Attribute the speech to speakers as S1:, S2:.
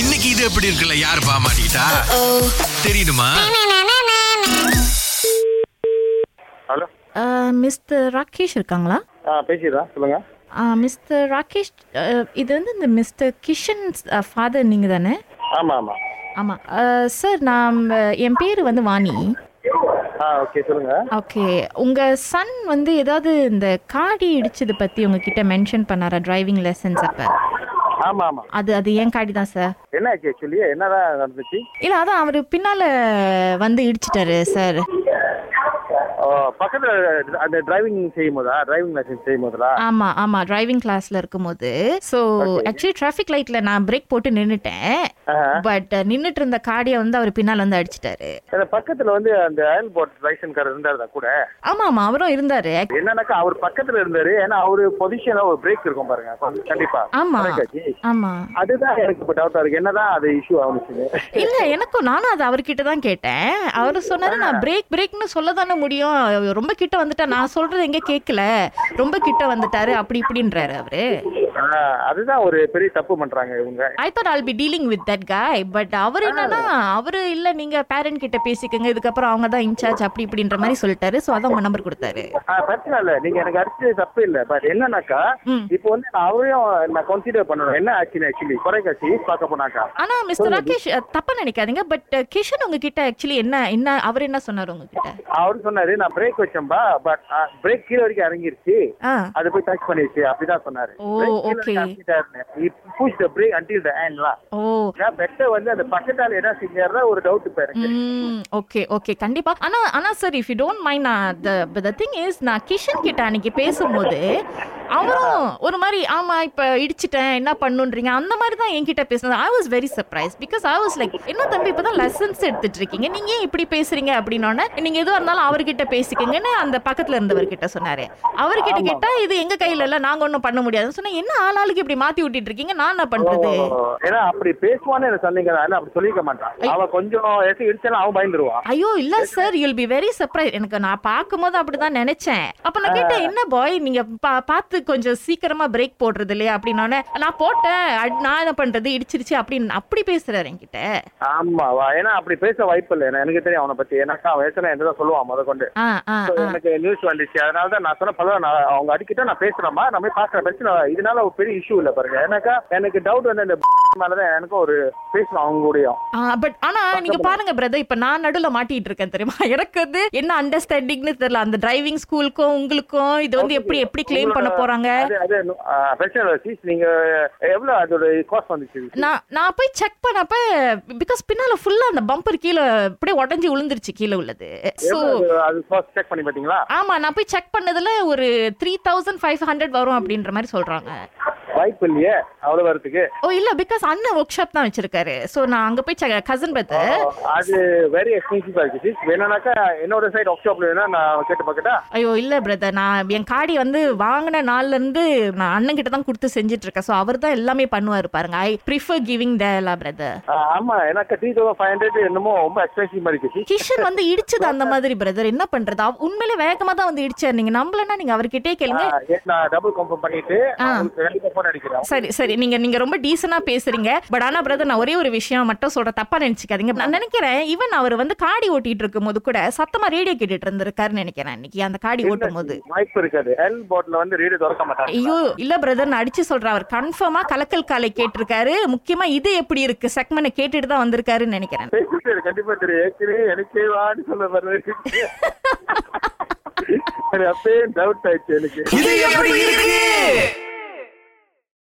S1: இன்னைக்கு இது எப்படி இருக்குல்ல யார் பாமாட்டா தெரியுமா
S2: ஹலோ
S3: மிஸ்டர் ராகேஷ் இருக்காங்களா
S2: ஆ பேசிடுறா சொல்லுங்க
S3: மிஸ்டர் ராகேஷ் ஆ, இது வந்து இந்த மிஸ்டர் கிஷன் ஃபாதர் நீங்கள் தானே
S2: ஆமாம் ஆமாம்
S3: ஆமாம் சார் நான் ஆ, என் பேர் வந்து வாணி
S2: ஆ ஓகே சொல்லுங்க
S3: ஓகே உங்கள் சன் வந்து ஏதாவது இந்த காடி இடிச்சது பற்றி உங்ககிட்ட மென்ஷன் பண்ணாரா டிரைவிங் லெசன்ஸ் அப்போ
S2: ஆமாம் ஆமாம்
S3: அது அது என் காடி தான் சார்
S2: என்ன ஆச்சு ஆக்சுவலி என்னதான் நடந்துச்சு
S3: இல்லை அதான் அவர் பின்னால் வந்து இடிச்சிட்டாரு சார்
S2: ஓ பக்கத்தில் அந்த டிரைவிங் செய்யும் போதா டிரைவிங் லைசன்ஸ் செய்யும் போதா
S3: ஆமா ஆமா டிரைவிங் கிளாஸ்ல இருக்கும்போது ஸோ ஆக்சுவலி டிராஃபிக் லைட்ல நான் பிரேக் போட்டு நின்னுட்டேன் பட் நின்னுட்டு இருந்த காடியை வந்து அவர் பின்னால் வந்து அடிச்சிட்டாரு
S2: அந்த பக்கத்தில் வந்து அந்த அயல் போட் லைசன்ஸ் காரர் இருந்தார் தான் கூட
S3: ஆமா ஆமா அவரும் இருந்தாரு Ac-
S2: என்னன்னாக்கா அவர் பக்கத்தில் இருந்தார் ஏன்னா அவர் பொசிஷனில் ஒரு பிரேக் இருக்கும் பாருங்க கண்டிப்பாக
S3: ஆமா
S2: ஆச்சு
S3: ஆமா
S2: அதுதான் எனக்கு இப்போ டவுட்டாக இருக்கு என்னதான் அது இஷ்யூ ஆகுச்சுன்னு
S3: இல்ல எனக்கும் நானும் அது அவர்கிட்ட தான் கேட்டேன் அவர் சொன்னாரு நான் பிரேக் பிரேக்னு சொல்ல தானே முடியும் ரொம்ப கிட்ட வந்துட்டா நான் சொல்றது எங்க கேட்கல ரொம்ப கிட்ட வந்துட்டாரு அப்படி இப்படின்றாரு அவரு
S2: ஆ, அதுதான் ஒரு பெரிய தப்பு பண்றாங்க இவங்க
S3: I thought I'll be dealing with that guy but அவர் என்னன்னா அவரு இல்ல நீங்க பேரண்ட் கிட்ட பேசிக்கங்க இதுக்கப்புறம் அவங்க தான் இன்சார்ஜ் அப்படி இப்படின்ற மாதிரி சொல்லிட்டாரு சோ அதான் உங்க நம்பர் கொடுத்தாரு
S2: ஆ, பிரச்சனை இல்ல நீங்க எனக்கு அடிச்சது தப்பு இல்ல பட் என்னன்னாக்கா
S3: ம்.
S2: இப்போ வந்து நான் அவரையும் நான் கன்சிடர் பண்ணணும் என்ன ஆச்சுன்னு ஆக்சுவலி குறைக்காட்சி பார்க்க போனாக்கா
S3: ஆனா மிஸ்டர் ராகேஷ் அஹ், தப்பா நினைக்காதீங்க பட் கிஷன் உங்ககிட்ட ஆக்சுவலி என்ன என்ன அவர் என்ன சொன்னாரு உங்ககிட்ட
S2: அவர் சொன்னாரு நான் பிரேக் வச்சேன்பா பட் பிரேக் கீழே வரைக்கும் இறங்கிருச்சு
S3: ஆ
S2: அது போய் டச் பண்ணிருச்சு அப்படிதான் சொன்னாரு
S3: ஓ, okay.
S2: Push the brake until the ஹேண்ட்லாம்
S3: ஓ
S2: பெட்டர் வந்து அந்த பக்கத்தால என்ன செஞ்சாருன்னா ஒரு டவுட் இப்ப எனக்கு
S3: ம் ஓகே ஓகே Mm, கண்டிப்பா ஆனா ஆனா sir if you don't mind நான் த திங் இஸ் நான் கிஷன் கிட்ட அன்னைக்கு பேசும்போது அவரும் ஒரு மாதிரி ஆமா இப்ப இடிச்சிட்டேன் என்ன பண்ணுன்றீங்க அந்த மாதிரி தான் என்கிட்ட பேசினது I was very surprise because I was like என்ன தம்பி இப்பதான் லெசன்ஸ் எடுத்துட்டு இருக்கீங்க நீங்க ஏன் இப்படி பேசுறீங்க அப்படின்னோடனே நீங்க எதுவா இருந்தாலும் அவர்கிட்ட பேசிக்கங்கன்னு அந்த பக்கத்துல இருந்தவர்கிட்ட சொன்னாரு அவர்கிட்ட கேட்டா இது எங்க கையில இல்ல நாங்க ஒண்ணும் பண்ண முடியாதுன்னு சொன்னா என்ன ஆளாளுக்கு இப்படி மாத்தி விட்டுட்டு இருக்கீங்க நான் என்ன பண்றது
S2: ஓ, ஏன்னா அப்படி பேசுவான்னு எனக்கு சொன்னீங்க நான் அப்படி சொல்லிக்க மாட்டான் அவன் கொஞ்சம் எதுக்கு இடிச்சாலும் அவன் பயந்துருவான்
S3: ஐயோ இல்ல sir you'll be very surprise எனக்கு நான் பார்க்கும்போது அப்படிதான் நினைச்சேன் அப்ப நான் கேட்டேன் என்ன பாய் நீங்க பா- பார்த்து கொஞ்சம் சீக்கிரமா பிரேக் போடுறது இல்லையா அப்படின்னோடனே நான் போட்டேன் அட்- நான் என்ன பண்றது இடிச்சிருச்சு அப்படின்னு அப்படி பேசுறாரு என்கிட்ட
S2: ஆமாவா ஏன்னா அப்படி பேச வாய்ப்பு இல்லை ஏன்னா, எனக்கு தெரியும் அவனை பத்தி ஏன்னாக்கா அவன் ஏற்கனவே என்ன சொல்லுவான் முத கொண்டு
S3: ஆ ஆ
S2: So,
S3: ஆ
S2: எனக்கு நியூஸ் வந்துச்சு அதனால தான் நான் சொன்ன பல நான் அவங்க அடிக்கிட்ட நான் பேசுறேம்மா நம்ம போய் பாக்குற பிரச்சனை இல்ல. இதனால ஒரு பெரிய இஷ்யூ இல்ல பாருங்க எனக்கா எனக்கு டவுட் வந்து அந்த மேலதான் எனக்கும் ஒரு பேசணும் அவங்க கூடயும்
S3: பட் ஆனா நீங்க பாருங்க பிரதர் இப்ப நான் நடுவுல மாட்டிட்டு இருக்கேன் தெரியுமா எனக்கு வந்து என்ன அண்டர்ஸ்டாண்டிங்னு தெரியல அந்த டிரைவிங் ஸ்கூலுக்கும் உங்களுக்கும் இது வந்து எப்படி எப்படி கிளைம் பண்ண போறாங்க
S2: அது அது ஆ, பிரச்சனை இல்ல சீஸ் நீங்க எவ்வளவு அதோட காஸ்ட் வந்துச்சு
S3: நான் நான் போய் செக் பண்ணப்ப பிகாஸ் பின்னால ஃபுல்லா அந்த பம்பர் கீழே அப்படியே உடஞ்சி விழுந்துருச்சு கீழே உள்ளது சோ
S2: எவ்வளவு அது- அது காஸ்ட் செக் பண்ணி பாத்தீங்களா
S3: ஆமா நான் போய் செக் பண்ணதுல ஒரு த்ரீ தௌசண்ட் ஃபைவ் ஹண்ட்ரட் வரும் அப்படின்ற மாதிரி சொல்றாங்க
S2: வாய்ப்பு இல்லையே அவ்வளவு வரதுக்கு
S3: ஓ இல்ல பிகாஸ் அண்ணன் ஒர்க் ஷாப் தான் வச்சிருக்காரு சோ நான் அங்க போய் கசன் பார்த்து
S2: ஓ, அது வெரி எக்ஸ்பென்சிவா இருக்கு சீஸ் வேணும்னாக்கா என்னோட சைடு ஒர்க் ஷாப்ல வேணா நான் கேட்டு பார்க்கட்டா
S3: ஐயோ இல்ல பிரதர் நான் என் காடி வந்து வாங்கின நாள்ல இருந்து நான் அண்ணன் கிட்ட தான் கொடுத்து செஞ்சுட்டு இருக்கேன் சோ அவர் தான் எல்லாமே பண்ணுவாரு பாருங்க ஐ ப்ரிஃபர் கிவிங் தேலா பிரதர்
S2: ஆ, ஆமா எனக்கு த்ரீ தௌசண்ட் ஃபைவ் ஹண்ட்ரட் என்னமோ ரொம்ப எக்ஸ்பென்சிவா இருக்கு சீஸ்
S3: கிஷன் வந்து இடிச்சது அந்த மாதிரி பிரதர் என்ன பண்றது அவ- உண்மையிலே வேகமா தான் வந்து இடிச்சாரு நீங்க நம்பலன்னா நீங்க அவர்கிட்டயே கேளுங்க
S2: ஆ, ஏ- நான் டபுள் கன்ஃபார்ம் பண்ணிட்டு
S3: ஆ.
S2: உங்களுக்கு கண்டிப்பா போன் அடிக்கிறேன்
S3: சரி சரி நீங்க நீங்க ரொம்ப டீசனா பேசுறீங்க பட் ஆனா பிரதர் நான் ஒரே ஒரு விஷயம் மட்டும் சொல்ற தப்பா நினைச்சுக்காதீங்க நான் நினைக்கிறேன் ஈவன் அவர் வந்து காடி ஓட்டிட்டு இருக்கும்போது கூட சத்தமா ரேடியோ கேட்டுட்டு இருந்திருக்காருன்னு நினைக்கிறேன் இன்னைக்கு அந்த காடி ஓட்டும் போது
S2: வாய்ப்பு இருக்காது எல் போட்ல வந்து ரீடு திறக்க மாட்டாங்க
S3: ஐயோ இல்ல பிரதர் நான் அடிச்சு சொல்றேன் அவர் கன்ஃபார்மா கலக்கல் காலை கேட்டிருக்காரு முக்கியமா இது எப்படி இருக்கு செக்மெண்ட் கேட்டுட்டு தான் வந்திருக்காருன்னு நினைக்கிறேன்
S2: பேசிட்டு இரு, கண்டிப்பா தெரியும் ஏற்கனவே எனக்கே வான்னு சொல்ல வர்றது சரி, அப்பயே டவுட் ஆயிடுச்சு எனக்கு
S1: இது எப்படி இருக்கு